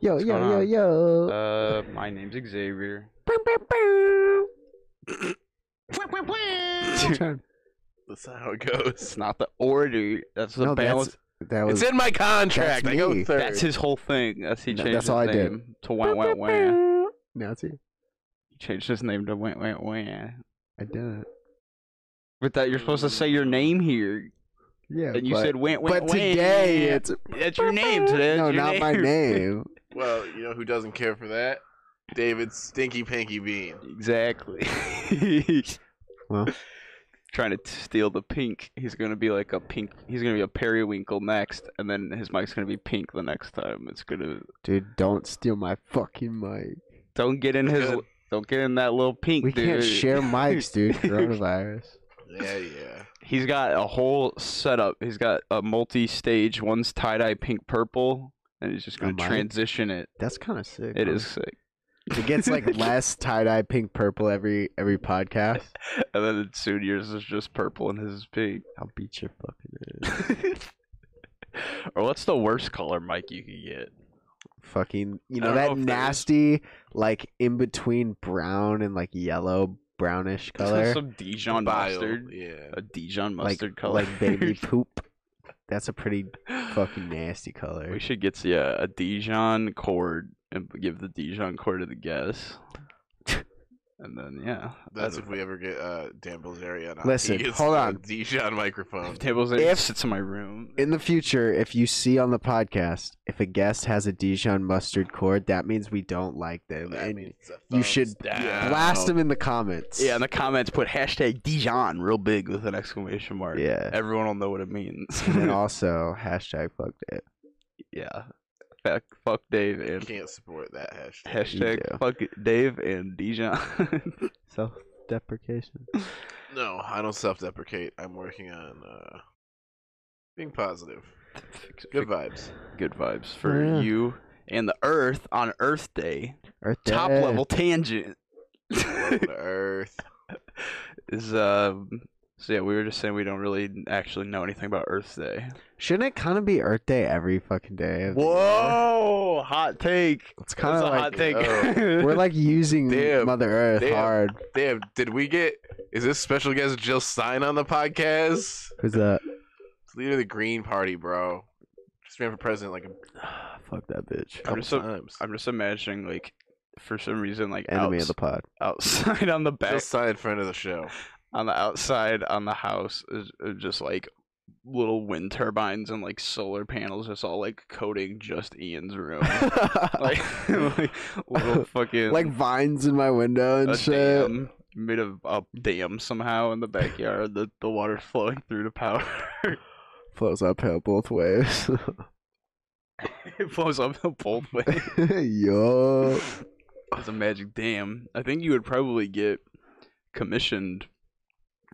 Yo, yo, going yo, on? Uh, yo. my name's Xavier. Uh, Dude, That's not how it goes. it's not the order. That's the No, that's- balance. that was it's in my contract. that's I go me. third. That's his whole thing. That's he No, changed that's his all I did. name to Went Went Went. now it's you. He changed his name to Went Went Went. I didn't. With that, you're supposed to say your name here, Yeah, and you but, said Went Went but today it's that's your name today. no, that's your not my name. Well, you know who doesn't care for that? David Stinky Pinky Bean. Exactly. Well. Trying to t- steal the pink. He's gonna be like a pink. He's gonna be a periwinkle next, and then his mic's gonna be pink the next time. It's gonna. Dude, don't steal my fucking mic. Don't get in his. Good. Don't get in that little pink. We can't dude. share mics, dude. Coronavirus. Yeah, yeah. He's got a whole setup. He's got a multi-stage. One's tie-dye pink purple, and he's just gonna mic? transition it. That's kind of sick. It huh? is sick. It gets like less tie dye pink purple every every podcast. And then soon yours is just purple and his is pink. I'll beat your fucking ass. or what's the worst color mic you could get? fucking you I know don't know if that there is- nasty like in between brown and like yellow brownish color Some Dijon Bile, mustard. Yeah. A Dijon like mustard color. like baby poop. That's a pretty fucking nasty color. We should get yeah, a Dijon cord and give the Dijon cord to the guest. and then yeah, That's if we ever get uh, Dan Bilzerian on. He Listen, gets hold a on. Dijon microphone. tables there If- sits in my room. In the future, if you see on the podcast if a guest has a Dijon mustard cord, that means we don't like them, That and means it's a you thumbs should down. blast them in the comments. yeah, in the comments put hashtag Dijon real big with an exclamation mark. yeah. everyone will know what it means. And then also hashtag fucked it. yeah, fuck, fuck Dave You and can't support that hashtag. do. hashtag fuck Dave and Dijon. Self deprecation. No, I don't self-deprecate. I'm working on uh, being positive. Good vibes. good vibes for Oh, yeah. you and the Earth on Earth Day. Earth Top Day. level tangent Welcome to Earth. is uh. So yeah, we were just saying we don't really actually know anything about Earth Day. Shouldn't it kind of be Earth Day every fucking day? of the year? Whoa, hot take. It's kind That's a of hot like take. Oh we're like using Damn. Mother Earth Damn. hard. Damn, did we get? Is this special guest Jill Stein on the podcast? Who's that? Leader of the Green Party, bro. Just ran for president like a Fuck that bitch. I'm couple just so- times. I'm just imagining like for some reason like Enemy of outs- the pod. outside on the Jill back Stein, friend of the show. on the outside on the house is, is just like little wind turbines and like solar panels just all like coating just Ian's room. like, like little fucking like vines in my window and a shit. dam made of a dam somehow in the backyard that the water's flowing through to power. Flows uphill both ways. it flows uphill both ways. Yo. It's a magic dam. I think you would probably get commissioned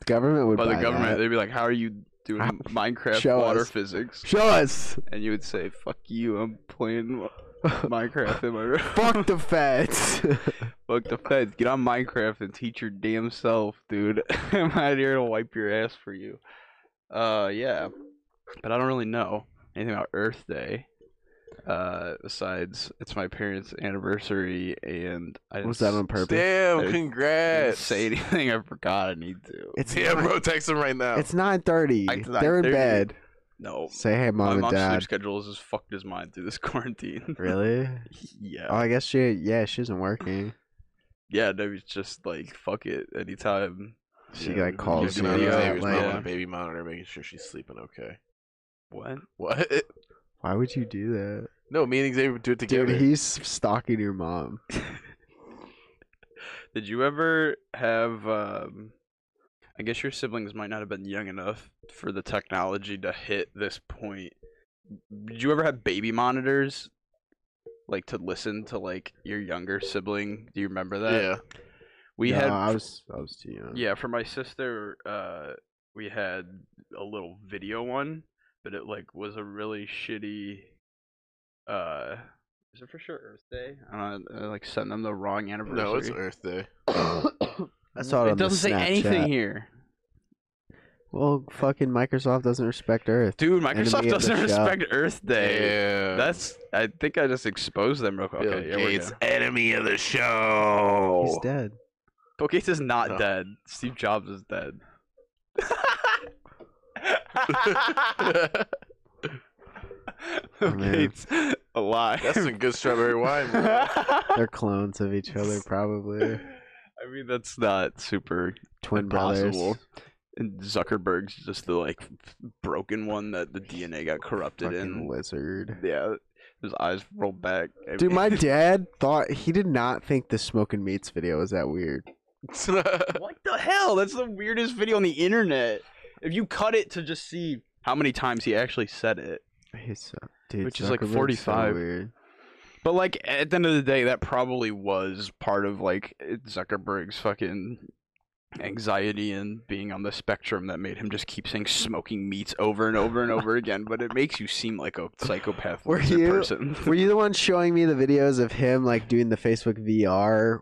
The government would by the buy government. that. They'd be like, "How are you doing How- Minecraft Show water us. physics?" Show us. And you would say, "Fuck you! I'm playing Minecraft in my room. Fuck the feds. Fuck the feds. Get on Minecraft and teach your damn self, dude. I'm out here to wipe your ass for you. Uh, yeah. But I don't really know anything about Earth Day. Uh, besides it's my parents' anniversary, and I Was didn't that on s- purpose? Damn, Hey, congrats. Say anything? I forgot. I need to. It's Yeah, nine- bro, text him right now. It's nine thirty. Like, They're in 9:30. bed. no. Say hey, my mom and mom's sleep dad. schedule is as fucked as mine through this quarantine. Really? yeah. Oh, I guess she. Yeah, she isn't working. yeah. No, it's just like fuck it. Anytime. She Yeah, like we've been calls keeping me. an eye on Yeah, Xavier's Like, mom on yeah. a baby monitor, making sure she's sleeping okay. What? What? why would you do that, No, me and Xavier do it together. dude? He's stalking your mom. Did you ever have? Um, I guess your siblings might not have been young enough for the technology to hit this point. Did you ever have baby monitors, like to listen to like your younger sibling? Do you remember that? yeah. we No, had. I was. I was too young. yeah, for my sister, uh, we had a little video one, but it like was a really shitty. Uh, is it for sure Earth Day? I don't know. I, Like sent them the wrong anniversary. No, it's Earth Day. I saw it, on It doesn't the say anything Snapchat. here. Well, fucking Microsoft doesn't respect Earth. Dude, Enemy of Microsoft the doesn't show. respect Earth Day. Yeah. That's. I think I just exposed them real quick. Bill Okay, yeah, we're Gates, good. enemy of the show. Oh. He's dead. Bill Gates is not No. dead. Steve Jobs is dead. Bill Oh, man. Gates alive. That's some good strawberry wine. bro. They're clones of each other, probably. I mean, that's not super Twin impossible. brothers. And Zuckerberg's just the like f- broken one that the DNA got corrupted Fucking in. lizard. Yeah, his eyes rolled back. I Dude, mean- my dad thought he did not think the smoking meats video was that weird. what the hell? That's the weirdest video on the internet. If you cut it to just see how many times he actually said it, He's so, dude, Which is like Zuckerberg's so 45. weird. But like at the end of the day, that probably was part of like Zuckerberg's fucking anxiety and being on the spectrum that made him just keep saying smoking meats over and over and over again. But it makes you seem like a psychopath Were lizard you- person. Were you the one showing me the videos of him like doing the Facebook VR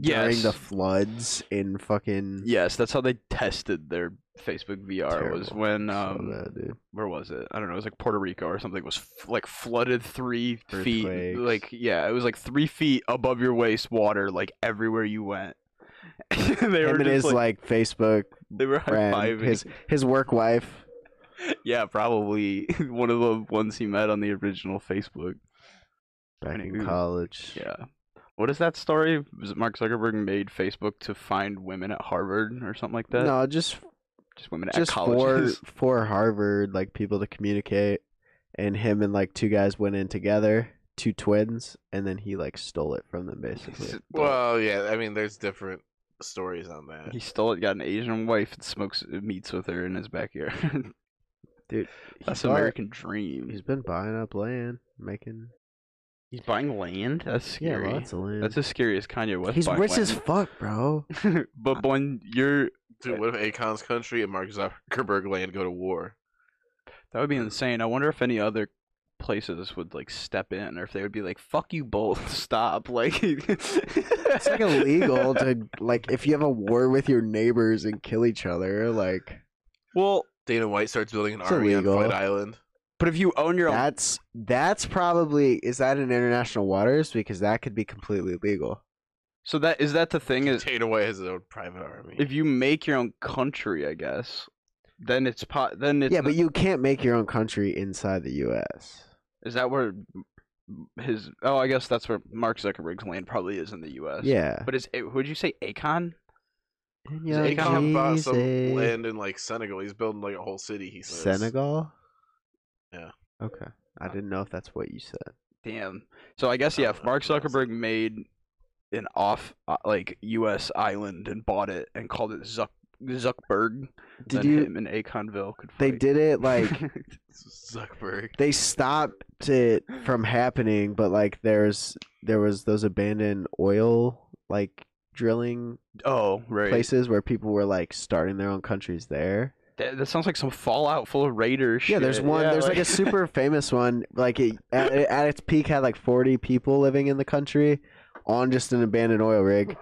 during yes, the floods in fucking? yes, that's how they tested their Facebook VR was Terrible. when So um bad, dude. where was it? I don't know. It was like Puerto Rico or something. It was f- like flooded three feet. Earthquakes. Like yeah, it was like three feet above your waist water, like everywhere you went. they Him were and just his like, like, Facebook They were friend, high fiving. his his work wife. Yeah, probably one of the ones he met on the original Facebook. Back Pretty in good. college. Yeah. What is that story? Was it Mark Zuckerberg made Facebook to find women at Harvard or something like that? No, just just women at just for colleges. for Harvard, like people to communicate, and him and like two guys went in together, two twins, and then he like stole it from them basically. well, yeah. I mean, there's different stories on that. he stole it, got an Asian wife, and smokes uh, meats with her in his backyard. Dude, he That's bought- American dream. He's He's, been buying up land, making buying land. That's yeah, scary. lots of land. That's as scary as Kanye West. He's buying rich as land. fuck, bro. but when you're Dude, what if Akon's country and Mark Zuckerberg land go to war? That would be insane. I wonder if any other places would like step in or if they would be like, fuck you both, stop. Like It's It's like illegal to like if you have a war with your neighbors and kill each other, like Well Dana White starts building an It's army illegal. on Fight Island. but if you own your own that's that's probably is that in international waters because that could be completely legal. So that is that the thing is Dana White has his own private army. if you make your own country, I guess, then it's pot then it's yeah, but not- you can't make your own country inside the U.S. is that where his oh I guess that's where Mark Zuckerberg's land probably is in the US. Yeah. But is eh, would you say Akon? Yeah, Akon bought some easy. land in like Senegal. He's building like a whole city. He says. Senegal. Yeah. Okay. I didn't know if that's what you said. Damn. So I guess yeah, if Uh, Mark that's- Zuckerberg made an off uh, like U.S. island and bought it and called it Zuck Zuckberg, Did then you? him and Aconville could. They fight. did it like Zuckerberg. they stopped it from happening, but like there's there was those abandoned oil like drilling oh right. places where people were like starting their own countries there. That, that sounds like some Fallout full of Raider shit. Yeah, there's one. there's like, a super famous one. Like it, at, at its peak, had like 40 people living in the country on just an abandoned oil rig.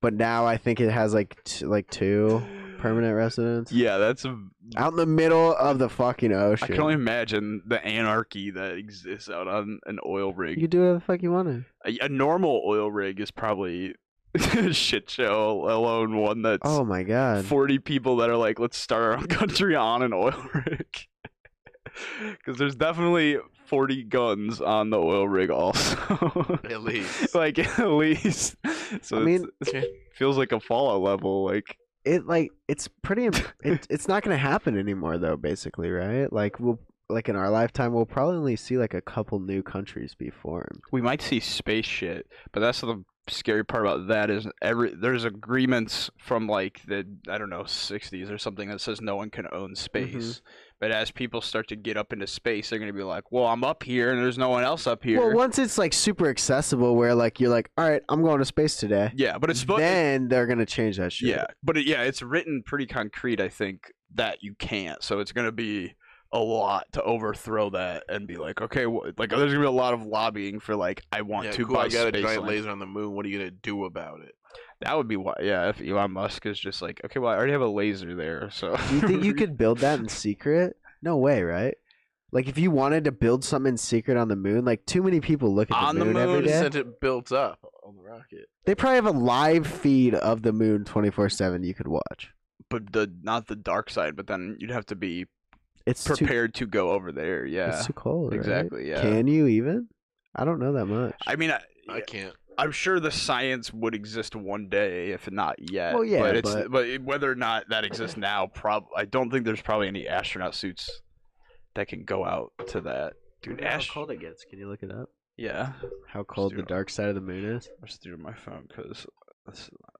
But now I think it has like t- like two permanent residents yeah, that's. A, out in the middle of the fucking ocean. I can only imagine the anarchy that exists out on an oil you rig. can do whatever the fuck you want to. A, a normal oil rig is probably a shit show. let Alone one that's Oh my god. 40 people that are like, let's start our own country on an oil rig. Because there's definitely 40 guns on the oil rig, also. At least. like, at least. So I I mean- feels like a Fallout level. Like, It like it's pretty. im- It, it's not gonna happen anymore though. Basically, right? Like we'll like in our lifetime, we'll probably only see like a couple new countries be formed. we might see space shit, but that's the scary part about that is every there's agreements from like the I don't know 60s or something that says no one can own space. But as people start to get up into space, they're gonna be like, "Well, I'm up here, and there's no one else up here." Well, once it's like super accessible, where like you're like, all right, I'm going to space today. Yeah, but it's but then they're gonna change that shit. yeah, but it, yeah, it's written pretty concrete. I think that you can't, so it's gonna be a lot to overthrow that and be like, okay, wh- like there's gonna be a lot of lobbying for like I want yeah, to cool, buy I got a space giant land. laser on the moon. What are you gonna do about it? That would be why. Yeah, if Elon Musk is just like, okay, well I already have a laser there, so Do you think you could build that in secret? No way, right? Like if you wanted to build something in secret on the moon, like too many people look at the, On the moon, every moon, day. Sent it built up on the rocket. They probably have a live feed of the moon twenty four seven you could watch. but the not the dark side, but then you'd have to be It's Too, prepared to go over there. Yeah, It's too cold. right? exactly. Yeah, Can you even? I don't know that much. I mean, I, I can't. I'm sure the science would exist one day, if not yet. Well, yeah, but, it's, but- it- whether or not that exists now, prob I don't think there's probably any astronaut suits that can go out to that. Dude, ast- it gets? Can you look it up? yeah. How cold the do it. dark side of the moon is? I'm just doing my phone because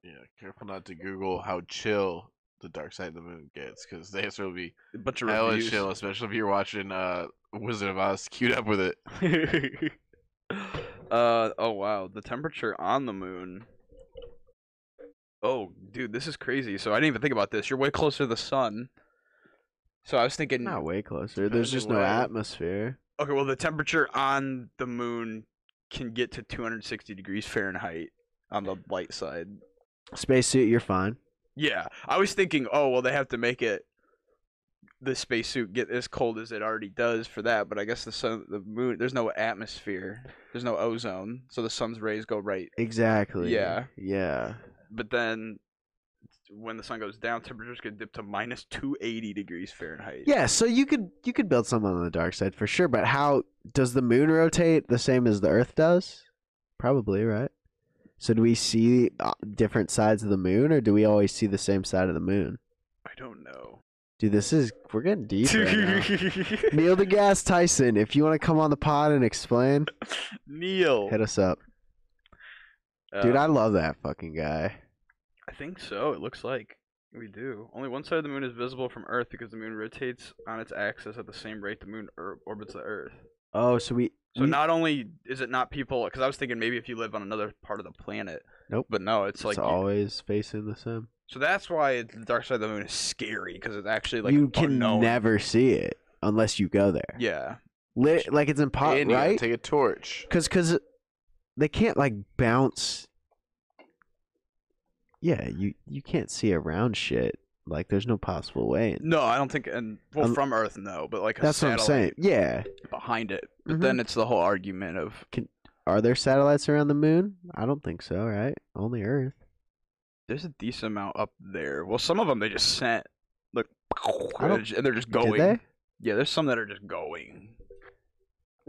Yeah, careful not to Google how chill the dark side of the moon gets, because the answer will be a bunch of hell is reviews. chill, especially if you're watching uh, Wizard of Oz queued up with it. uh oh wow, the temperature on the moon. Oh, dude, this is crazy. So I didn't even think about this. You're way closer to the sun. So I was thinking Not way closer. There's just no Anyway. atmosphere. Okay, well, the temperature on the moon can get to 260 degrees Fahrenheit on the light side. Spacesuit, you're fine. Yeah, I was thinking, oh, well, they have to make it the spacesuit get as cold as it already does for that. But I guess the sun, the moon, there's no atmosphere, there's no ozone, so the sun's rays go right. Exactly. Yeah. Yeah. But then when the sun goes down, temperatures could dip to minus 280 degrees Fahrenheit. Yeah, so you could you could build something on the dark side for sure, but how does the moon rotate the same as the Earth does? Probably, right? So do we see uh, different sides of the moon, or do we always see the same side of the moon? I don't know. Dude, this is we're getting deep right now. Neil deGrasse Tyson, if you want to come on the pod and explain, Neil. hit us up, Uh, dude. I love that fucking guy. I think so. It looks like we do. Only one side of the moon is visible from Earth because the moon rotates on its axis at the same rate the moon er- orbits the Earth. Oh, so we So we- not only is it not people, because I was thinking maybe if you live on another part of the planet. Nope. But no, it's it's like. always facing the sun. so that's why it- the dark side of the moon is scary because it's actually like you can unknown. never see it unless you go there. Yeah. Lit- like it's and impossible, you gotta right? take a torch. Because because they can't like bounce. Yeah, you you can't see around shit. Like there's no possible way. in- No, I don't think, and well, Um, from Earth, no, but like a That's what I'm saying. satellite Yeah. behind it. But Mhm. then it's the whole argument of Are there satellites around the moon? I don't think so, right? Only Earth. there's a decent amount up there. Well, some of them they just sent, like, I don't- and they're just Did going. they? Yeah, there's some that are just going.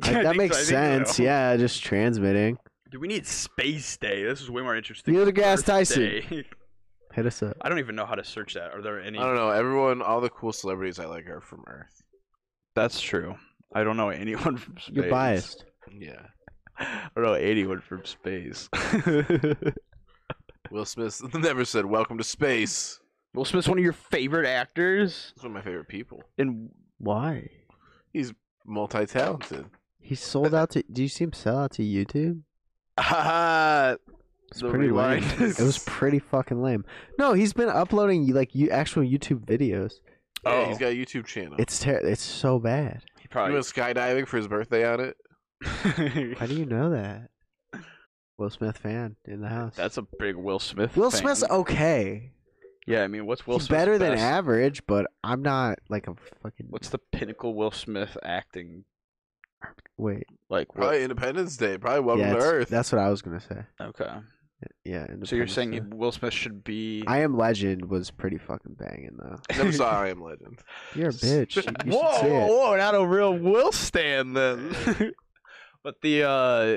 I Like, that think makes so- I think sense. so. Yeah, just transmitting. Do we need Space Day? This is way more interesting. Neil than deGrasse Earth Tyson. Day. Hit us up. I don't even know how to search that. Are there any? I don't know. Everyone, all the cool celebrities I like are from Earth. That's true. I don't know anyone from space. You're biased. Yeah. I don't know anyone from space. Will Smith never said "Welcome to space." Will Smith's one of your favorite actors, He's one of my favorite people. and Why? Multi-talented. He sold out to. Do you see him sell out to YouTube? uh, It's The pretty rewind lame. is- It was pretty fucking lame. No, he's been uploading like you actual YouTube videos. Yeah, Oh. he's got a YouTube channel. It's ter- It's so bad. he he probably. went skydiving for his birthday on it. How do you know that? Will Smith fan in the house. That's a big Will Smith. Will fan. Smith's okay. Yeah, I mean, what's Will He's Smith's better than best- average, but I'm not like a fucking. What's the pinnacle Will Smith acting? Wait, Like what? Probably Independence Day. Probably Welcome yeah, to it's- Earth. That's what I was gonna say. Okay. Yeah. So you're Independence saying Day. Will Smith should be? I Am Legend was pretty fucking banging though. Never saw I Am Legend. You're a bitch. You, you whoa, should see it. whoa, not a real Will stand then. but the uh,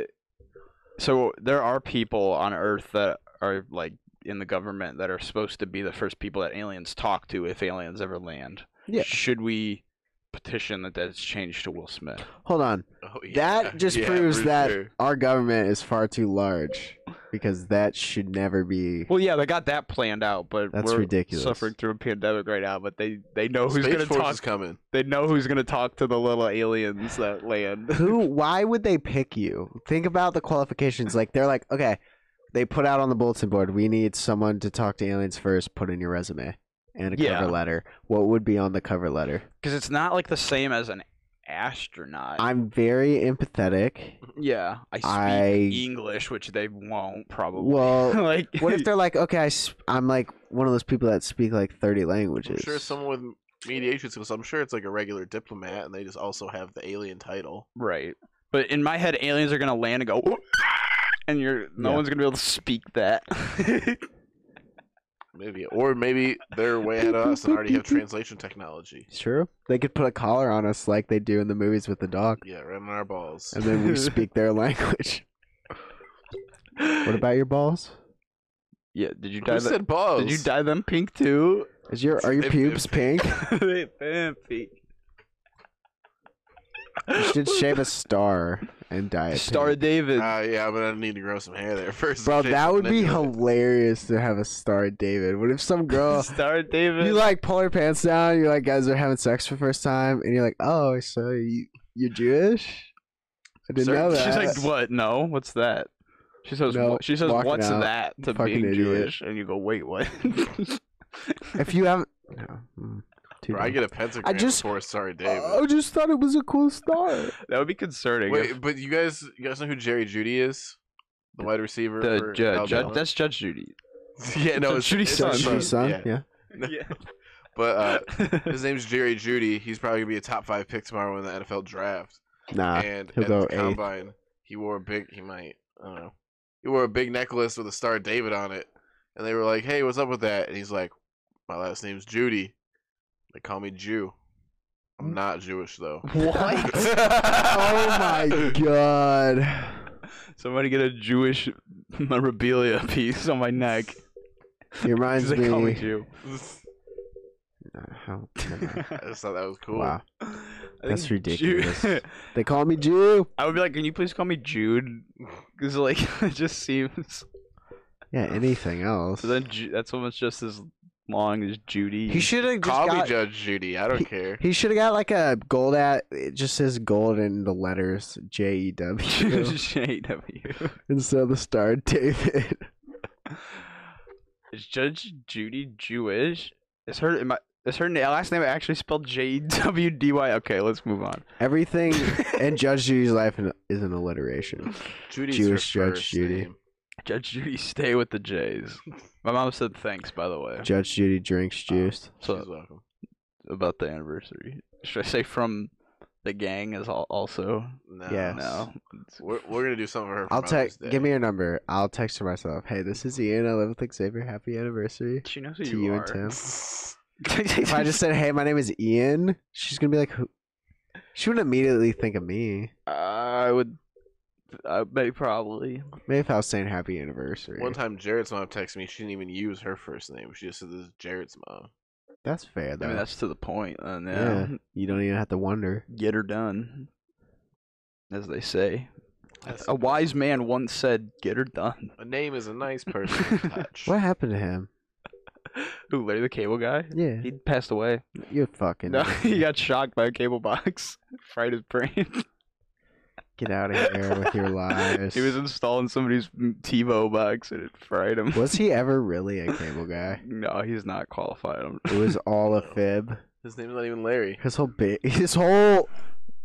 so there are people on Earth that are like in the government that are supposed to be the first people that aliens talk to if aliens ever land. Yeah. Should we petition that that's changed to Will Smith? Hold on. Oh, yeah. That just Yeah, proves for that sure. our government is far too large because that should never be. Well, yeah, they got that planned out, but That's we're ridiculous. suffering through a pandemic right now. But they they know who's Space gonna Force talk is coming. They know who's gonna talk to the little aliens that land. Who? Why would they pick you? Think about the qualifications. Like they're like, okay, they put out on the bulletin board, we need someone to talk to aliens first. Put in your resume. and a Yeah. cover letter, what would be on the cover letter? because it's not like the same as an astronaut. I'm very empathetic. yeah, I speak I- English, which they won't probably. Well, like, what if they're like, okay, I am like one of those people that speak like 30 languages. I'm sure someone with mediation skills. I'm sure it's like a regular diplomat, and they just also have the alien title. right? But in my head, aliens are gonna land and go, "Ooh," and you're no Yeah. one's gonna be able to speak that. Maybe, or maybe they're way ahead of us and already have translation technology. It's true. They could put a collar on us like they do in the movies with the dog, Yeah, right on our balls. and then we speak their language. What about your balls? yeah, did you dye Who that? said balls? Did you dye them pink too? Is your are your If- if- pubes pink? they been pink. You should shave a star and dye it. Star pink. David. Uh, yeah, I'm gonna need to grow some hair there first. Bro, Shave that some would be into it. hilarious to have a star David. What if some girl Star David. Uh, you like pull her pants down, you're like guys are having sex for the first time, and you're like, Oh, so you you're Jewish? I didn't Sir, know that. She's like, what? No, what's that? She says, No, "Wha- she says, walking what's out. that to Fucking being idiot. Jewish? And you go, wait, what? if you haven't no. mm, too Bro, I dumb. get a pentagram I just- Oh, before Sorry David. I just thought it was a cool star. that would be concerning. Wait, if but you guys, you guys know who Jerry Judy is? The wide receiver. the for judge, Alabama? judge, that's Judge Judy. yeah, no, Judge it's Judy's it's son. his Judge Judy's son, yeah. Yeah. But uh, his name's Jerry Judy. He's probably gonna be a top five pick tomorrow in the NFL draft. Nah. and he'll at go the eighth. combine, he wore a big. He might. I don't know. He wore a big necklace with a star David on it, and they were like, "Hey, what's up with that?" And he's like, "My last name's Judy. They call me Jew. Mm. I'm not Jewish though." what? Oh my god. Somebody get a Jewish memorabilia piece on my neck. It reminds they call me me. Jew. Nah, how- never mind. I just thought that was cool. Wow. I That's think ridiculous. Jew- They call me Jew. I would be like, can you please call me Jude? Because like it just seems. Yeah, anything else. So then Ju- that's almost just as long as Judy. He should have Call just got. me Judge Judy. I don't care. He should have got like a gold at. It just says gold in the letters J E W JW. instead of the star David. Is Judge Judy Jewish? Is her am I, is her na- last name actually spelled J W D Y? Okay, let's move on. Everything in Judge Judy's life in- is an alliteration. Judy's Jewish her Judge first Judy. name. Judge Judy, stay with the J's. My mom said thanks, by the way, Judge Judy drinks juice. So- She's welcome. about the anniversary. Should I say from the gang is al- also No. Yeah. no? We're, we're gonna do something for her. For I'll Mother's text. Day. Give me your number. I'll text her myself. Hey, this is Ian. I live with like Xavier. Happy anniversary She knows who to you, you, are. and Tim. if If I just said, "Hey, my name is Ian," she's gonna be like, "Who?" She wouldn't immediately think of me. I would, I may probably. Maybe if I was saying "Happy anniversary," One time, Jarrett's mom texted me. She didn't even use her first name. She just said, "This is Jarrett's mom." that's fair I though. mean, that's to the point. And yeah, Yeah. You don't even have to wonder. get her done, as they say. That's A wise man once said, "Get her done." A name is a nice person to touch. What happened to him? Who, Larry the Cable Guy? Yeah, He passed away. you fucking No, he got shocked by a cable box, fried his brain. get out of here with your lies. he was installing somebody's TiVo box and it fried him. Was he ever really a cable guy? No, he's not qualified. I'm- It was all a fib. His name's not even Larry. His whole bit, his whole,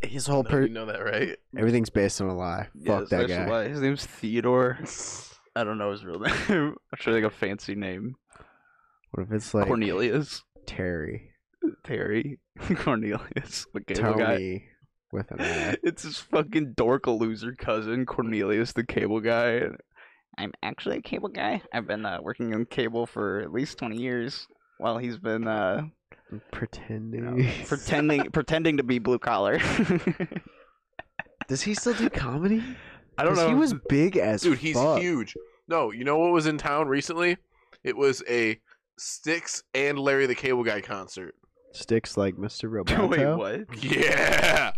his whole No, you per- know that, right? everything's based on a lie. Yeah, Fuck so that that's guy. why. His name's Theodore. I don't know his real name. I'm sure like a fancy name. What if it's like Cornelius. Terry, Terry. Cornelius. The cable guy. Tony, with an I? It's his fucking dork loser cousin, Cornelius the cable guy. I'm actually a cable guy. I've been uh, working on cable for at least 20 years while he's been uh, you know, pretending? pretending pretending to be blue collar. Does he still do comedy? I don't 'Cause know. He was big as Dude, he's fuck. huge. No, you know what was in town recently? It was a Sticks and Larry the Cable Guy concert. Sticks like Mr. Roboto. Wait, what? Yeah.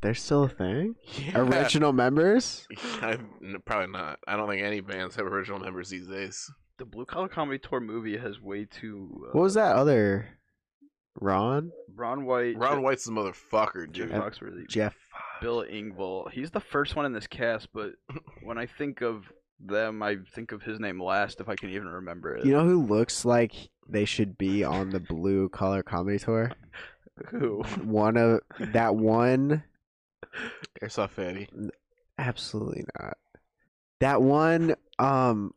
They're still a thing. yeah. Original members. I'm, n- probably not. I don't think any bands have original members these days. The blue collar comedy tour movie has way too. Uh, What was that other? Ron, Ron White. Ron White's the motherfucker, Jim dude. Yeah. Foxworthy. Jeff. Bill Engvall. He's the first one in this cast, but when I think of them, I think of his name last, if I can even remember it. You know who looks like they should be on the blue collar comedy tour. Who? One of that one Airsoft Fatty. absolutely not. That one um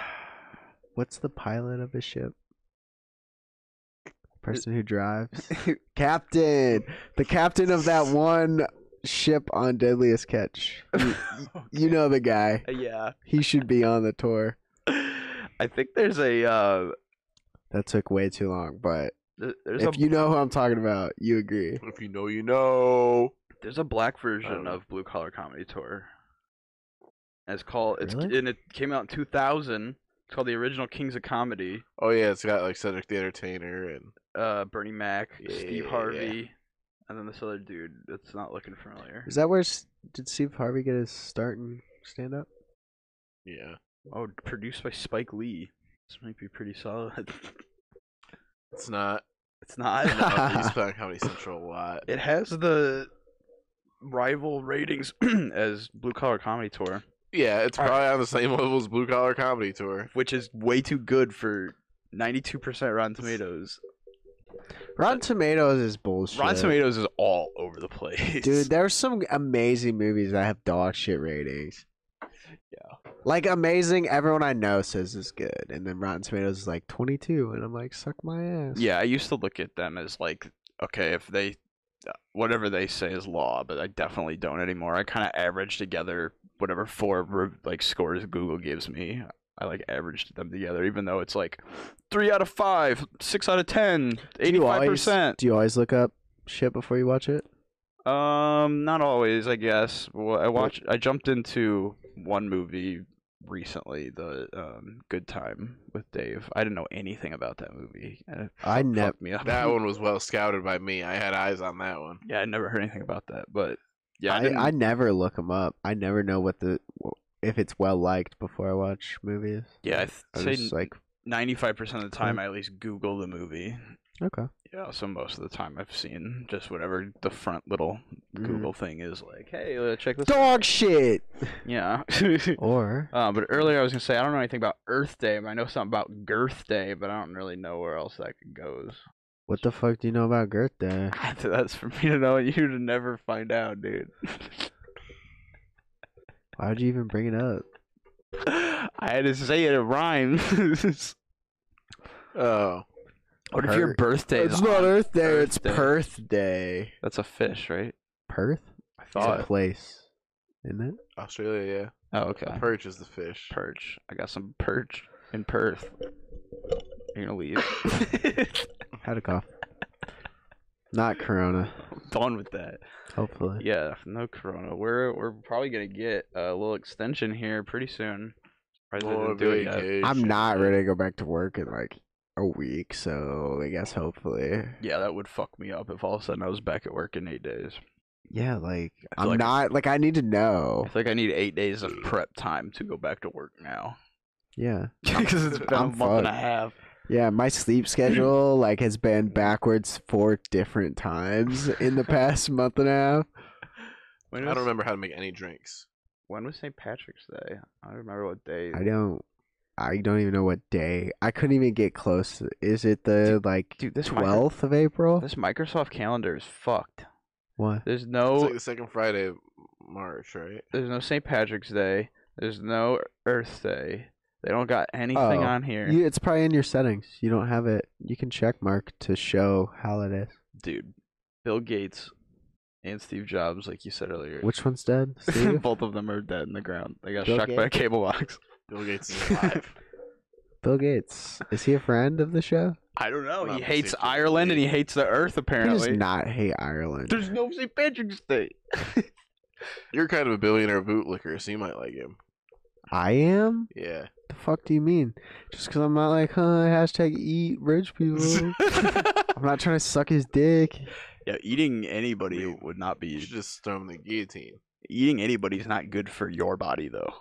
what's the pilot of his ship? Person who drives. captain. The captain of that one ship on Deadliest Catch. You, you know the guy. yeah. He should be on the tour. I think there's a uh, That took way too long, but th- there's if a you know who I'm talking about, you agree. If you know, you know. there's a black version don't Oh. know. of Blue Collar Comedy Tour. And it's called it's Really? and it came out in 2000. It's called the original Kings of Comedy. Oh yeah, it's got like Cedric the Entertainer and Uh, Bernie Mac, Steve Yeah. Harvey, and then this other dude that's not looking familiar. Is that where S- did Steve Harvey get his start in stand up? yeah. Oh, produced by Spike Lee. This might be pretty solid. It's not. it's not. no, he's been on Comedy Central a lot. It has the rival ratings as Blue Collar Comedy Tour, Yeah, it's All right. probably on the same level as Blue Collar Comedy Tour. which is way too good for 92% Rotten Tomatoes. Rotten Tomatoes is bullshit. Uh, Rotten Tomatoes is all over the place. Dude, there's some amazing movies that have dog shit ratings. Yeah. Like amazing, everyone I know says is good, and then Rotten Tomatoes is like 22, and I'm like, suck my ass. yeah, I used to look at them as like, okay, if they, uh, whatever they say is law, but I definitely don't anymore. I kind of average together whatever four re- like scores Google gives me. I like averaged them together, even though it's like three out of five, six out of ten, Do you eighty-five always- percent. Do you always look up shit before you watch it? Um, not always, I guess. Well, I watched. I jumped into one movie recently, the um, Good Time with Dave. I didn't know anything about that movie. and It I fucked never. me up. That one was well scouted by me. I had eyes on that one. Yeah, I never heard anything about that. But yeah, I, I, didn't, I, never look them up. I never know what the if it's well liked before I watch movies. yeah, I I th- just say like ninety-five percent of the time, I at least Google the movie. okay. Yeah, so most of the time I've seen just whatever the front little Mhm. Google thing is like. Hey, uh, check this. out. Dog shit. Yeah. Or Uh, but earlier I was gonna say I don't know anything about Earth Day, but I know something about Girth Day, but I don't really know where else that goes. what the fuck do you know about Girth Day? That's for me to know and you to never find out, dude. Why would you even bring it up? I had to say it, it rhymes. Oh, what if your Hurt. birthday is it's not on- Earth Day. Earth it's Day. Perth Day. That's a fish, right? Perth. I It's thought. a place, isn't it? Australia, Oh, okay. yeah. Perch is the fish. Perch. I got some perch in Perth. You're gonna leave. Had a cough. Not Corona. Done with that. Hopefully. Yeah, no corona. We're we're probably gonna get a little extension here pretty soon. Surprised they More didn't do it yet. vacation. I'm not ready to go back to work in like a week, so I guess hopefully. Yeah, that would fuck me up if all of a sudden I was back at work in eight days. Yeah, like I feel I'm like- not like I need to know. It's like I need eight days of prep time to go back to work now Yeah. because it's been a I'm month and a fucked. half. Yeah, my sleep schedule like has been backwards four different times in the past month and a half. When I was, don't remember how to make any drinks. When was St. Patrick's Day? I don't remember what day. I don't I don't even know what day. I couldn't even get close. Is it the like Dude, this micro- 12th of April? this Microsoft calendar is fucked. What? There's It's no like the second Friday of March, right? there's no St. Patrick's Day. There's no Earth Day. They don't got anything Oh, on here. You, it's probably in your settings. You don't have it. You can check mark to show holidays. dude, Bill Gates and Steve Jobs, like you said earlier, Which one's dead? Steve? both of them are dead in the ground. They got Bill shocked by a cable box. Bill Gates is alive. Bill Gates. Is he a friend of the show? I don't know. Not he hates particularly. Ireland and he hates the Earth. He does Apparently, not hate Ireland. there's no St. Patrick's Day. You're kind of a billionaire bootlicker, so you might like him. I am? Yeah. The fuck do you mean? Just because I'm not like, huh, hashtag eat rich people. I'm not trying to suck his dick. yeah, eating anybody Wait. would not You be should just throw him in the guillotine. eating anybody's not good for your body though.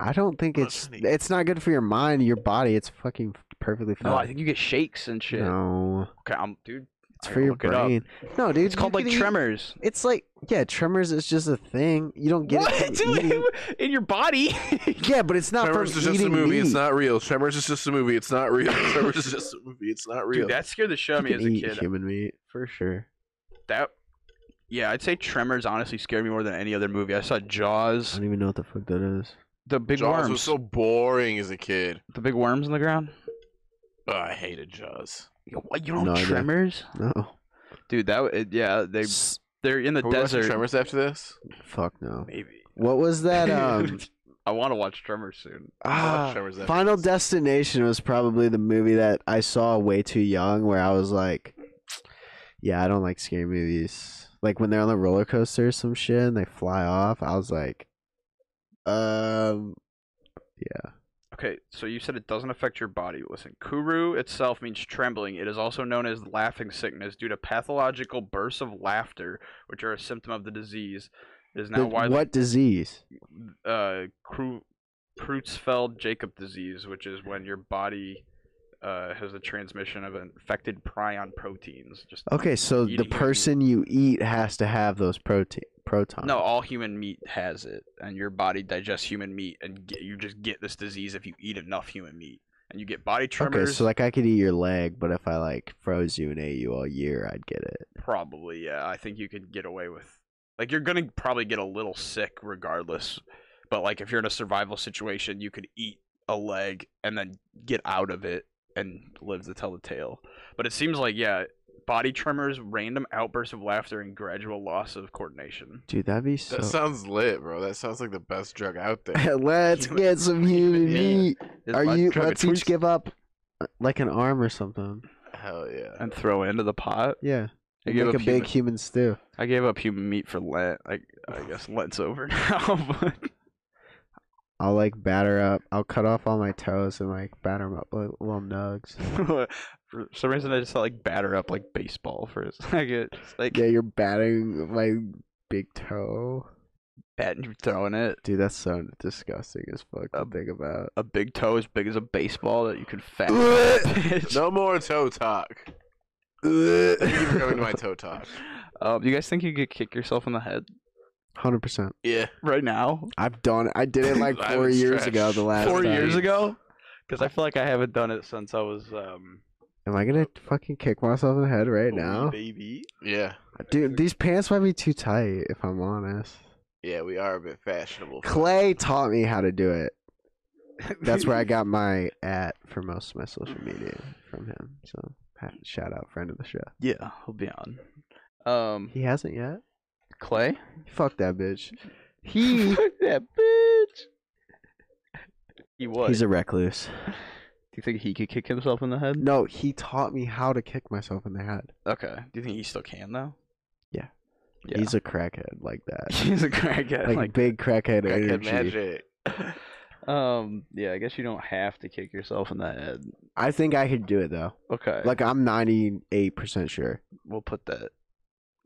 I don't think it's Listening. it's not good for your mind, your body. It's fucking perfectly fine. No, I think you get shakes and shit. No. Okay, I'm dude. It's I for gotta your look it up. brain. No, dude, It's called you like could eat- tremors. It's like yeah, tremors is just a thing. You don't get it from eating. in your body? Yeah, but it's not Tremors from is just a eating movie. meat. It's not real. Tremors is just a movie. It's not real. Tremors is just a movie. It's not real. Dude, that scared the shit out You of me as can a eat kid. human meat for sure. That, yeah, I'd say Tremors honestly scared me more than any other movie. I saw I Jaws, don't even know what the fuck that is. the big Jaws worms, was so boring as a kid. the big worms in the ground. Oh, I hated Jaws. Yo, What you don't No idea. Tremors, No. dude? That w- it, yeah, they S- they're in the Are we watching desert. Tremors after this? Fuck no. Maybe What was that? Um, I want to watch Tremors soon. I'll watch ah, Tremors after Final this. Destination was probably the movie that I saw way too young, where I was like, "Yeah, I don't like scary movies." Like when they're on the roller coaster or some shit and they fly off, I was like, "Um, Okay, so you said it doesn't affect your body. Listen, kuru itself means trembling. It is also known as laughing sickness due to pathological bursts of laughter, which are a symptom of the disease. It is now the- widely what disease?" uh, Kru- Creutzfeldt-Jakob disease, which is when your body uh, has the transmission of infected prion proteins. Just Okay, so Eating the human meat. person you eat has to have those protein protons. no, all human meat has it, and your body digests human meat, and get, you just get this disease if you eat enough human meat, and you get body Okay, tremors. so like I could eat your leg, but if I like froze you and ate you all year, I'd get it. probably, yeah. I think you could get away with, like, you're gonna probably get a little sick regardless, but like if you're in a survival situation, you could eat a leg and then get out of it and live to tell the tale. But it seems like, yeah, body tremors, random outbursts of laughter, and gradual loss of coordination. Dude, that'd be so. That sounds lit, bro. That sounds like the best drug out there. let's Human- get some human Yeah. meat. Is Are body you? tremor Let's each tweaks- give up uh, like an arm or something. Hell yeah. and throw into the pot? Yeah, I and gave make a up human- big human stew. I gave up human meat for Lent. I, I guess Lent's over now. But I'll like batter up. I'll cut off all my toes and like batter 'em up like little nugs. for some reason, I just thought like batter up like baseball for a second. It's like Yeah, you're batting my big toe. batting, you throwing it. Dude, that's so disgusting as fuck to Um, think about. a big toe as big as a baseball that you could fat. No more toe talk. Thank you for coming to my toe talk. Um, you guys think you could kick yourself in the head Hundred percent. Yeah. right now? I've done. I did it like I four would years stretch. ago. The last Four time. years ago? Because I feel like I haven't done it since I was um. Am I gonna fucking kick myself in the head right a now, wee baby. Yeah. dude? These pants might be too tight. If I'm honest. Yeah, we are a bit fashionable. Clay taught me how to do it. That's where I got my at for most of my social media from him. So ha- shout out friend of the show. Yeah, he'll be on. Um, He hasn't yet. Clay. Fuck that bitch. He Fuck that bitch. He was. he's a recluse. Do you think he could kick himself in the head? No, he taught me how to kick myself in the head. Okay. Do you think he still can though? Yeah. Yeah. He's a crackhead like that. He's a crackhead. Like, Like, big crackhead I energy. can magic. um. Yeah. I guess you don't have to kick yourself in the head. I think I could do it though. Okay. Like I'm 98% sure. we'll put that.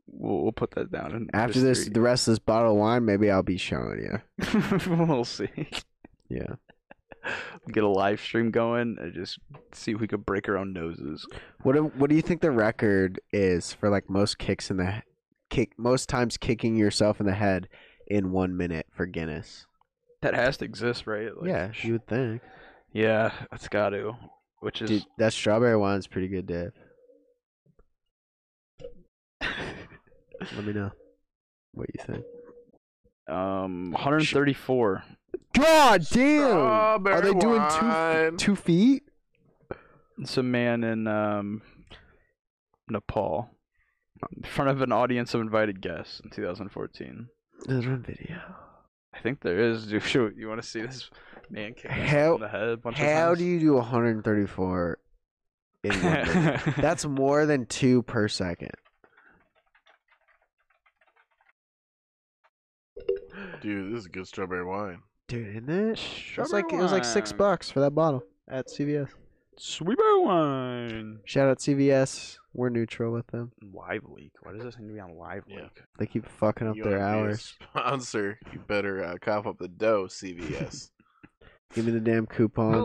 We'll, we'll put that down. in After this, the rest of this bottle of wine, maybe I'll be showing you. history. we'll see. Yeah. Get a live stream going and just see if we could break our own noses. What do, what do you think the record is for like most kicks in the kick most times kicking yourself in the head in 1 minute for Guinness? That has to exist, right? Like, yeah, sh- you would think. yeah, that's got to. Which is Dude, that strawberry wine's pretty good, Dave. Let me know what you think. um 134. God damn. Strawberry Are they doing two wine. 2 feet? It's a man in um Nepal in front of an audience of invited guests in 2014. There's one video. I think there is. Dude, shoot, you want to see this man kick himself How- in the head a bunch of How times? do you do 134 in 1 minute? That's more than 2 per second. Dude, this is good strawberry wine. Dude, isn't it? It's Strawberry like it was like six wine. bucks for that bottle at CVS. Sweeper wine. Shout out CVS. We're neutral with them. Live leak. Why does this need to be on live Yeah. leak? They keep fucking up You their wanna be a hours. Sponsor, you better uh, cough up the dough, CVS. Give me the damn coupons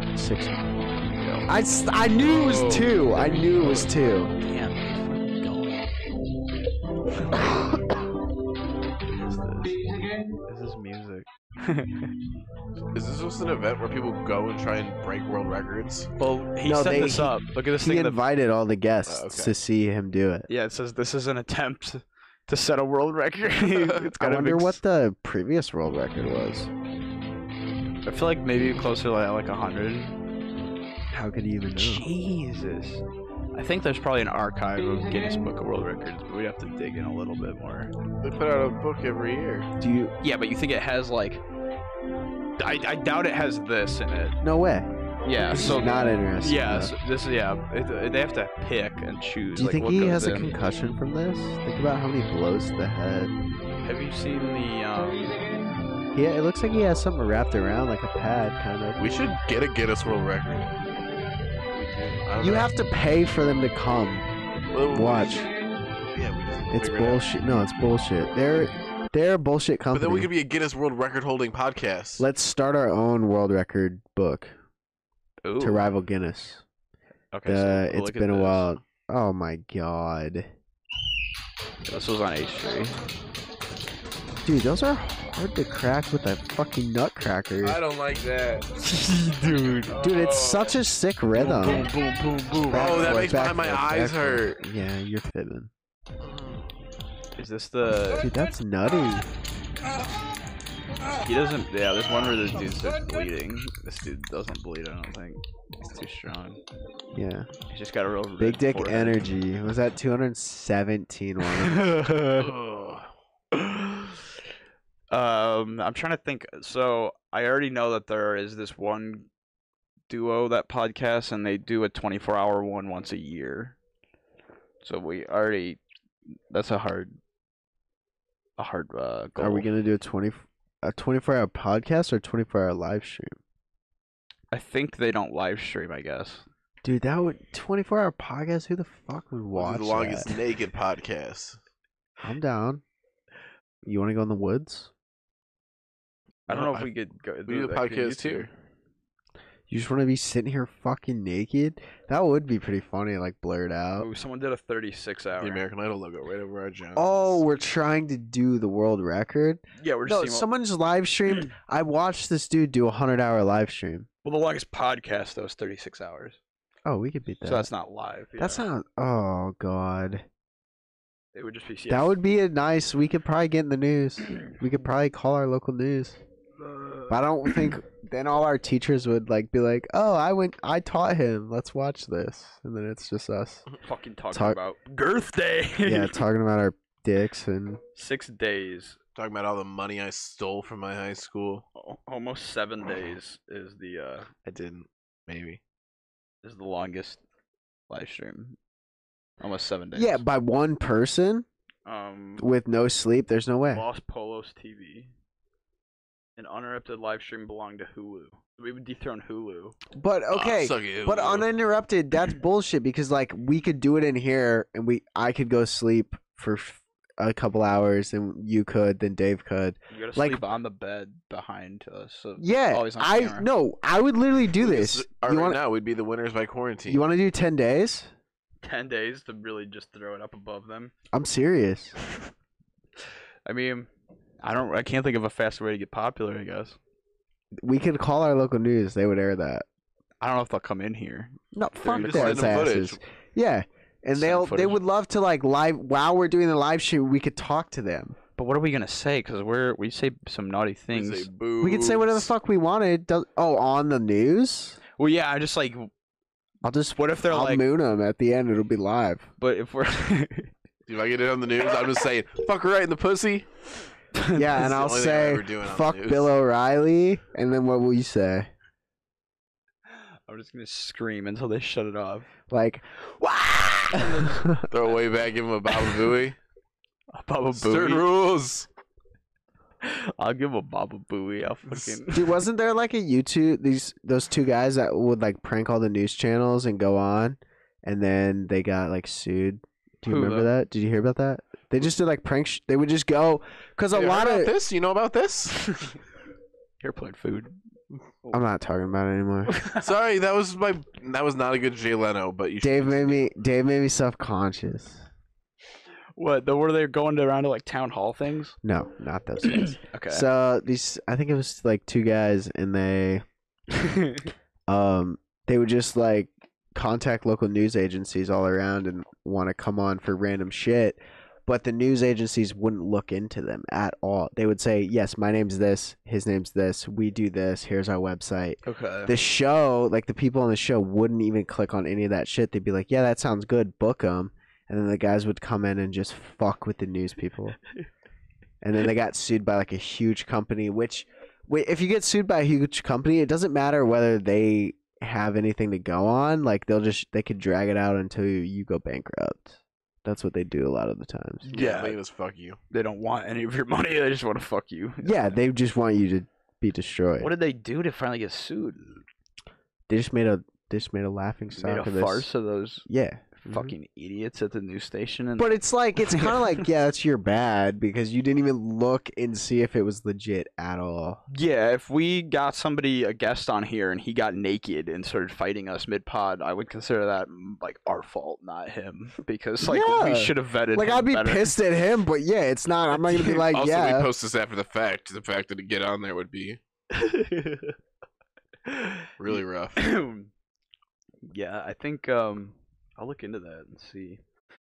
their six. I, s- I knew it was two. I knew it was two. Damn. Is this just an event where people go and try and break world records? well, he No, set they- this he- up. Look at this He thing. in the- invited all the guests Oh, okay. to see him do it. yeah, it says this is an attempt to set a world record. it's I got a wonder big what the previous world record was. I feel like maybe closer to like, like 100. How could you even know? Jesus. I think there's probably an archive of Guinness Book of World Records, but we'd have to dig in a little bit more. They put out a book every year. Do you? Yeah, but you think it has like. I, I doubt it has this in it. No way. Yeah, This is Uh, so. not interesting. Yeah, though. so this is, yeah. It, they have to pick and choose. Do you like, think what he goes has a in. concussion from this? Think about how many blows to the head. Have you seen the. Um, Yeah, it looks like he has something wrapped around like a pad, kind of. We should get a Guinness World Record. I don't You know. have to pay for them to come. Well, we watch. just- Yeah, we just need to It's figure it out. bullshit. No, it's bullshit. They're they're a bullshit company. But then we could be a Guinness World Record holding podcast. Let's start our own world record book ooh. to rival Guinness. Okay, uh, so it's look at been a this. while. Oh my god, This was on H3. dude, those are hard to crack with a fucking nutcracker. don't like that, Oh. Dude. Dude, it's Oh. such a sick rhythm. Boom, boom, boom, boom. oh, that Backflip, makes my, my backflip, eyes backflip. hurt. Yeah, you're fibbing. Is this the. Dude, that's nutty. He doesn't. Yeah, there's one where the dude starts bleeding. This dude doesn't bleed. I don't think. He's too strong. Yeah. He's just got a real Big red dick forehead. energy. Was that 217 one? um, I'm trying to think. So I already know that there is this one duo that podcasts, and they do a 24-hour one once a year. So we already. That's a hard. A hard uh, goal. Are we gonna do a 20 a 24 hour podcast or 24 hour live stream? I think they don't live stream. I guess. Dude, that would 24 hour podcast. Who the fuck would watch Watch the longest that? naked podcast. I'm down. You want to go in the woods? I don't No, know if Uh, I- we could go. We do the that could podcast YouTube. here. You just want to be sitting here fucking naked? That would be pretty funny, like blurred out. Ooh, someone did a 36 The hour. American Idol logo right over our junk. Oh, we're trying to do the world record. yeah, we're just No, seeing what- someone's live streamed. I watched this dude do a hundred hour live stream. well, the longest podcast though is 36 hours, Oh, we could beat that. so that's not live. yeah. That's not. Oh god, It would just be. Yeah, that would be a nice. We could probably get in the news. We could probably call our local news. But I don't think then all our teachers would like be like, "Oh, I went, I taught him. Let's watch this," and then it's just us. fucking talking Talk- about girth day. Yeah, talking about our dicks and six days, Talking about all the money I stole from my high school. al- almost seven days is the uh I didn't. Maybe. is the longest live stream. Almost seven days. yeah, by one person Um. with no sleep. There's no way. Lost Polos TV. An uninterrupted live stream belonged to Hulu. We would dethrone Hulu. But okay, Ah, suck it, but Lulu. uninterrupted. That's bullshit because like we could do it in here, and we I could go sleep for f- a couple hours, and you could, then Dave could. You gotta Like- sleep on the bed behind us. So Yeah, always on I camera. no, I would literally do Because this. Right You want now, we'd be the winners by quarantine. you want to do ten days? ten days to really just throw it up above them. I'm serious. I mean, I don't. I can't think of a faster way to get popular. I guess We could call our local news; they would air that. I don't know if they'll come in here. No, fuck just their send them footage. asses. Yeah, and Send they'll they footage. would love to like live while we're doing the live stream. We could talk to them. But what are we gonna say? Because we're we say some naughty We'd things. say boobs. We could say whatever the fuck we wanted. Does, oh, on the news? Well, yeah. I just like. I'll just What if they're I'll like? moon them at the end. It'll be live. But if we're. If I get it on the news, I'm just saying, fuck her right in the pussy. Yeah, That's and the I'll only thing I'm say ever doing on the fuck news." Bill O'Reilly, and then what will you say? I'm just gonna scream until they shut it off. Like, "Wah!" Throw it way back, give him a Baba Booey. Baba Certain Booey. rules. I'll give 'em a Baba Booey. I'll fucking. Dude, wasn't there like a YouTube these those two guys that would like prank all the news channels and go on, and then they got like sued. Do you Who, remember though? that? Did you hear about that? They just did like prank. Sh- they would just go because a Hey, heard lot about of. this. You know about this? Airplane food. I'm not talking about it anymore. Sorry, that was my. That was not a good Jay Leno, but you. Dave made me. Dave made me self conscious. What? The, were they going around to like town hall things? No, not those guys. Okay. So these, I think it was like two guys, and they, um, they would just like contact local news agencies all around and want to come on for random shit, but the news agencies wouldn't look into them at all. They would say, "Yes, my name's this, his name's this, we do this. Here's our website." okay. The show, like the people on the show, wouldn't even click on any of that shit. They'd be like, "Yeah, that sounds good, book 'em," and then the guys would come in and just fuck with the news people. and then they got sued by like a huge company. Which, wi- if you get sued by a huge company, it doesn't matter whether they have anything to go on. Like they'll just they could drag it out until you, you go bankrupt. That's what they do a lot of the times. yeah, They just fuck you. they don't want any of your money. They just want to fuck you. Yeah, they just want you to be destroyed. What did they do to finally get sued? they just made a they just made a laughing Made stock a of this. farce of those Yeah. fucking idiots at the news station. And Mm-hmm. But it's like it's kind of like yeah, that's your bad because you didn't even look and see if it was legit at all. yeah, if we got somebody a guest on here and he got naked and started fighting us mid pod, I would consider that mm, like our fault, not him, because like Yeah. we should have vetted. Like him I'd be better. pissed at him, but yeah, it's not. I'm not gonna be like also, we Uh, yeah. post this after the fact. The fact that to get on there would be really rough. yeah, I think um, I'll look into that and see.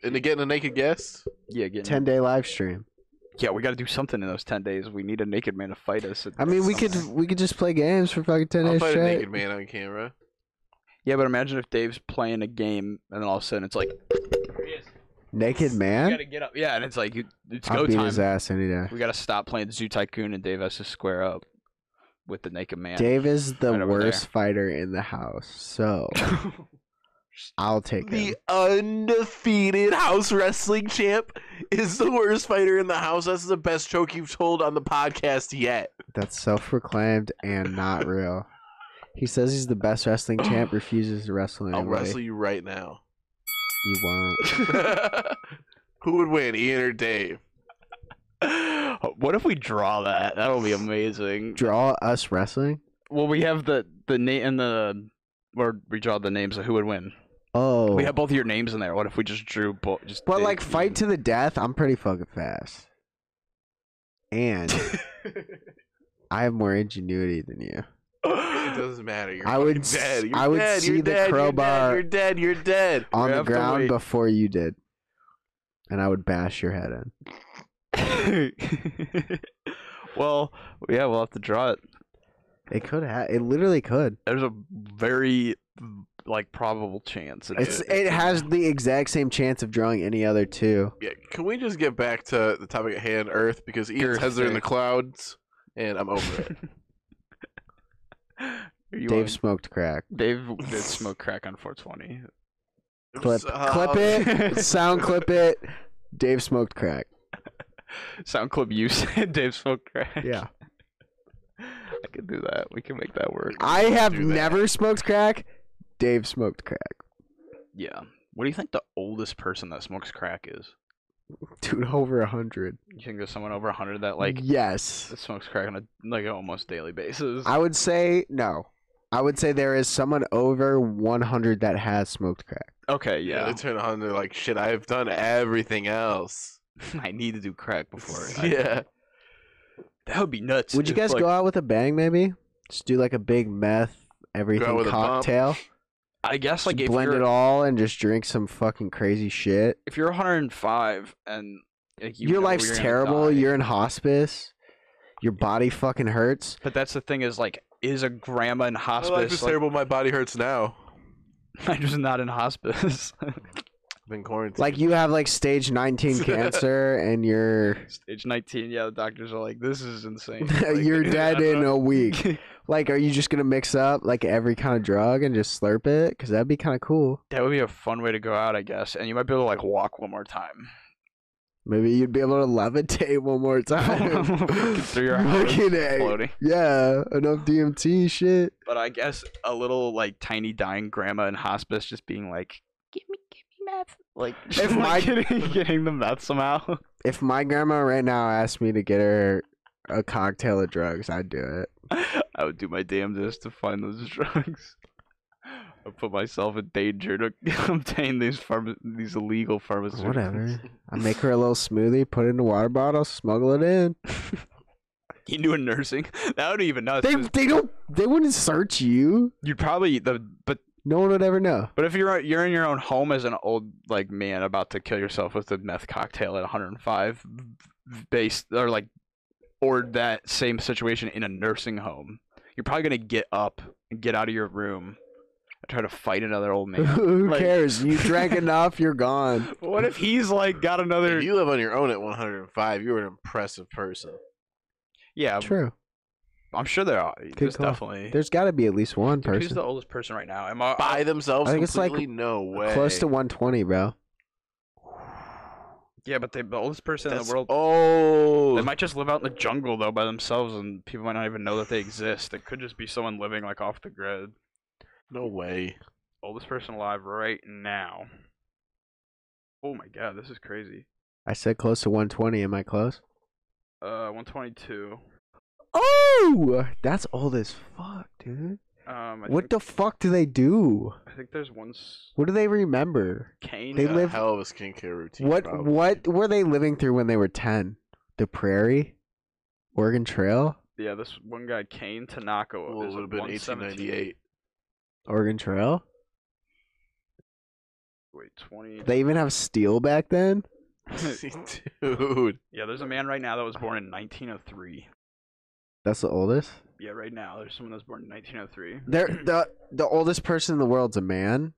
And to get a naked guest, Yeah, getting, Ten day live stream. yeah, we got to do something in those ten days. We need a naked man to fight us. and I mean, we could something. we could just play games for fucking ten I'll days fight a straight. naked man on camera. Yeah, but imagine if Dave's playing a game and then all of a sudden it's like, Naked you man. gotta get up. Yeah, and it's like you- it's I'll go beat time. his ass any day. We gotta stop playing Zoo Tycoon and Dave has to square up with the naked man. Dave is the Right over worst fighter in the house, so I'll take him. undefeated house wrestling champ is the worst fighter in the house. That's the best joke you've told on the podcast yet. That's self-proclaimed and not real. He says he's the best wrestling champ, refuses to wrestle I'll anyway. wrestle you right now. You won't. Who would win, Ian or Dave? what if we draw that? That would be amazing. Draw us wrestling. Well, we have the the name and the or we draw the names of who would win. Oh. We have both your names in there. What if we just drew both? Just but Dave like and- fight to the death, I'm pretty fucking fast. And I have more ingenuity than you. It doesn't matter. You're I would fucking s- dead. You're I would dead. see You're the dead. crowbar- You're dead. You're dead. You're On the have to ground wait. before you did. And I would bash your head in. well, yeah, we'll have to draw it. It could ha- it literally could. There's a very like probable chance. that It's it has the exact same chance of drawing any other two. dead. Yeah. Can we just get back to the topic at hand, Earth? Because Ian's Earth heads are in the Day. clouds, and I'm over it. You Dave want- smoked crack. Dave did smoke crack on 420. Clip So- clip it. Sound clip it. Dave smoked crack. Sound clip you said Dave smoked crack. Yeah. I could do that. We can make that work. I have Do that. never smoked crack. Dave smoked crack. Yeah. What do you think the oldest person that smokes crack is? Dude over a hundred. You think there's someone over 100 that like Yes. that smokes crack on a like almost daily basis? I would say no. I would say there is someone over 100 that has smoked crack. okay, Yeah, yeah. they turn on. They're like, "Shit, I've done everything else." I need to do crack before. I- yeah, that would be nuts. Would you if, guys like, go out with a bang maybe? Just do like a big meth everything with a bump. cocktail. I guess like Just if blend you're it all and just drink some fucking crazy shit. if you're 105 and like, you Your know life's you're gonna terrible. die- You're in hospice. Your body fucking hurts. But that's the thing is like is a grandma in my hospice life is like, terrible. My body hurts now. I'm just not in hospice. I've been quarantined. Like you have like stage 19 cancer and you're Stage 19, yeah, the doctors are like, this is insane. Like, you're I dead don't in know. a week. Like are you just going to mix up like every kind of drug and just slurp it cuz that'd be kind of cool. That would be a fun way to go out, I guess. And you might be able to like walk one more time. Maybe you'd be able to levitate one more time. Through your house, Fucking A. floating. Yeah, enough DMT shit. But I guess a little like tiny dying grandma in hospice just being like, give me, give me meth. Like, just, like, getting, getting the meth somehow. If my grandma right now asked me to get her a cocktail of drugs, I'd do it. I would do my damnedest to find those drugs. I I put myself in danger to obtain these pharma- these illegal pharmaceuticals. Whatever. I make her a little smoothie, put it in a water bottle, smuggle it in. You knew in nursing. That would even know. They they don't they wouldn't search you. You'd probably the but No one would ever know. but if you're you're in your own home as an old like man about to kill yourself with a meth cocktail at 105, based or like or that same situation in a nursing home, you're probably gonna get up and get out of your room and try to fight another old man. Who Like- cares? You drank enough, you're gone. what if he's like got another? If you live on your own at 105, you're an impressive person. yeah, True. I'm sure there are. There's call. definitely. There's got to be at least one Dude, who's person the oldest person right now? Am I? oh, By themselves, I think it's like completely no way. close to 120, bro. yeah, but the the oldest person in That's Oh, the world. They old. might just live out in the jungle though by themselves, and people might not even know that they exist. It could just be someone living like off the grid. No way. Oldest person alive right now. Oh my god, this is crazy. I said close to 120. Am I close? Uh, 122. Oh, that's old as fuck, dude. Um, I What think, the fuck do they do? I think there's one s- What do they remember? Kane. They Got live- a hell of a skincare routine. What probably. what were they living through when they were 10? The prairie, Oregon Trail, yeah, this one guy, Kane Tanaka. Well, it is would have been 117. 1898. Oregon Trail. Wait, 20. They even have steel back then. Dude, yeah, there's a man right now that Uh-huh. was born in 1903. That's the oldest. Yeah, right now there's someone that was born in 1903. They're the the oldest person in the world's a man.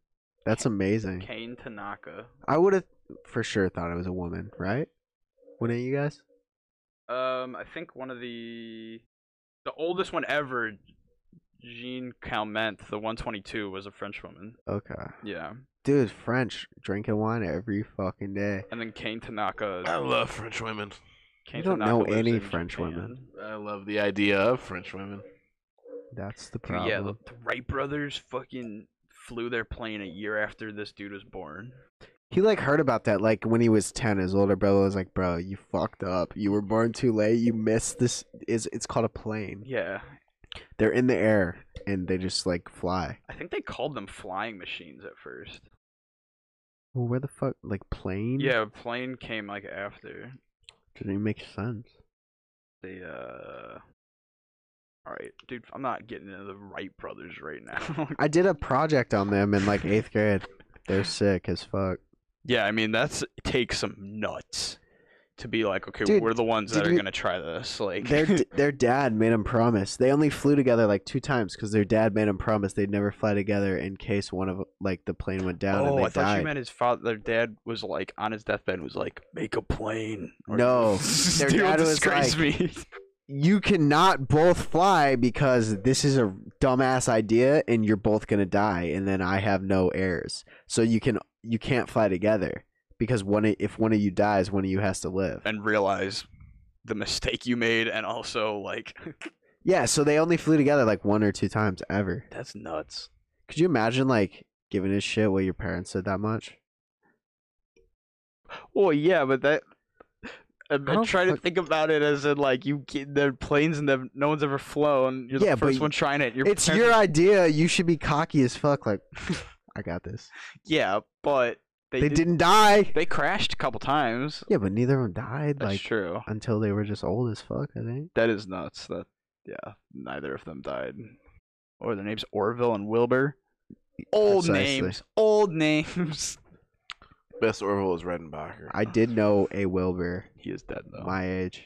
That's amazing. Kane Tanaka. I would have for sure thought it was a woman, right? Wouldn't you guys? Um, I think one of the the oldest one ever, Jean Calment, the 122, was a French woman. Okay. Yeah, Dude, French drinking wine every fucking day. and then Kane Tanaka. I love French women. Kane You don't Tanaka know lives any in French Japan. women. I love the idea of French women. That's the Dude, problem. yeah, the, the Wright brothers fucking flew their plane a year after this dude was born. He like heard about that like when he was ten. His older brother was like, "Bro, you fucked up. You were born too late. You missed this. Is it's called a plane? Yeah, They're in the air and they just like fly. I think they called them flying machines at first. Well, where the fuck like plane? Yeah, plane came like after. didn't even make sense. They uh. All right, dude. I'm not getting into the Wright brothers right now. I did a project on them in like eighth grade. They're sick as fuck. Yeah, I mean that's takes some nuts to be like, okay, Dude, we're the ones that did are you- gonna try this. Like, Their d- their dad made them promise. They only flew together like two times because their dad made them promise they'd never fly together in case one of like the plane went down and oh, they I thought died. you meant his father. Their dad was like on his deathbed was like, make a plane. No, their "Dude, dad was disgrace me. you cannot both fly because this is a dumbass idea and you're both going to die and then I have no heirs. So you can you can't fly together because one i- if one of you dies one of you has to live. and realize the mistake you made, and also like Yeah, so they only flew together like one or two times ever. that's nuts. Could you imagine like giving a shit what your parents said that much? Well, yeah, but that. I'm I don't trying to fuck- think about it as in like you get the planes and the, no one's ever flown. You're Yeah, the but first y- one trying it. Your It's parents- your idea. You should be cocky as fuck like I got this. yeah, but they, They, did, did, not die. They crashed a couple times. yeah, but neither of them died That's like true. until they were just old as fuck, I think. That is nuts. That yeah, neither of them died. Or their names Orville and Wilbur. Old Precisely. names. Old names. Best Orville is Redenbacher. oh, I did know a Wilbur He is dead though. my age.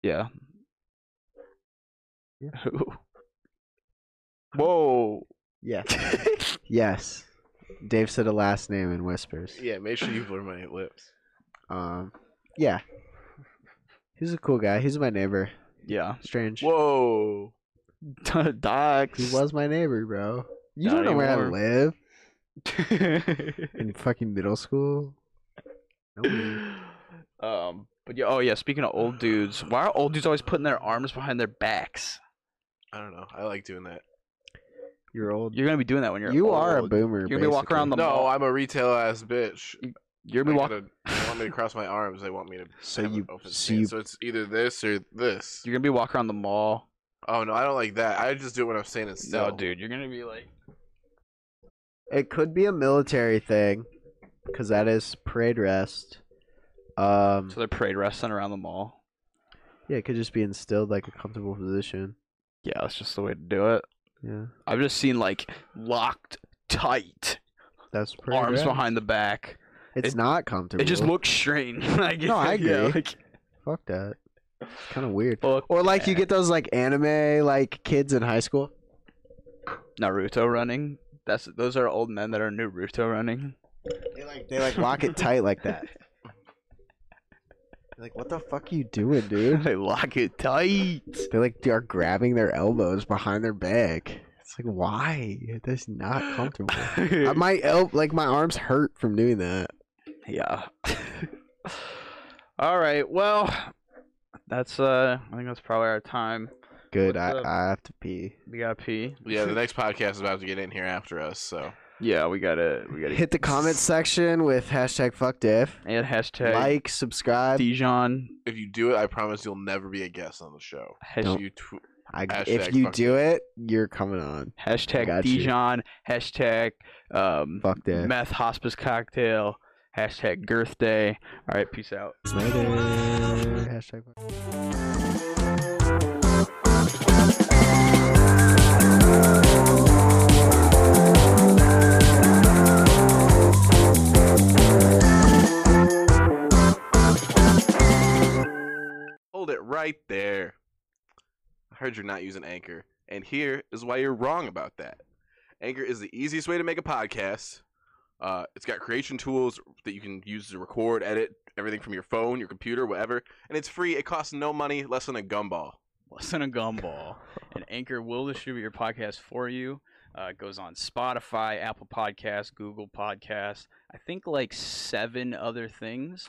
yeah. Yeah. Whoa. Yeah. yes. Dave said a last name in whispers. yeah, make sure you blur my lips. Um. Yeah. He's a cool guy. He's my neighbor. yeah. Strange. Whoa. Docs. He was my neighbor, bro. You Not don't know where I anymore. live in fucking middle school. No way. um but yeah, oh yeah, speaking of old dudes, why are old dudes always putting their arms behind their backs? I don't know. I like doing that. You're old. You're gonna be doing that when you're You are a old. boomer. You're gonna walk around basically. the No, mall. I'm a retail ass bitch. You're They gonna be walking gotta- they want me to cross my arms. They want me to. So have an you- Open so stance. you- So it's either this or this. You're gonna be walking around the mall. Oh no, I don't like that. I just do it when I'm standing still. No, dude, you're gonna be like It could be a military thing, because that is parade rest. Um, So they're parade resting around the mall. yeah, it could just be instilled like a comfortable position. Yeah, that's just the way to do it. Yeah, I've just seen like locked tight that's parade arms rest. behind the back. It's it- not comfortable. It just looks strange. like, No, I yeah, agree. like, fuck that. It's kind of weird. fuck Or like you that. get those like anime like kids in high school. Naruto running. That's those are old men that are Naruto running. They like they like lock it tight like that. Like what the fuck you doing, dude? they lock it tight. They like they are grabbing their elbows behind their back. It's like why? That's not comfortable. Uh, my el- like my arms hurt from doing that. yeah. All right. Well, that's uh. I think that's probably our time. Good, What's I, up? I have to pee. We got pee. Yeah, the next podcast is about to get in here after us, so Yeah, we gotta. We gotta Hit the comment section with hashtag fuck diff. and hashtag Like, subscribe. Dijon. if you do it, I promise you'll never be a guest on the show. Hashtag, You tw- I, hashtag if you fuck do it, you're coming on. hashtag Got you. Dijon. Hashtag um, Fuck diff. meth hospice cocktail. Hashtag girth day. All right. Peace out. Later. Hashtag fuck- Hold it right there. I heard you're not using Anchor, and here is why you're wrong about that. Anchor is the easiest way to make a podcast. Uh, it's got creation tools that you can use to record, edit everything from your phone, your computer, whatever, and it's free. It costs no money, less than a gumball. Less than a gumball. and Anchor will distribute your podcast for you. Uh, it goes on Spotify, Apple Podcasts, Google Podcasts. I think like seven other things.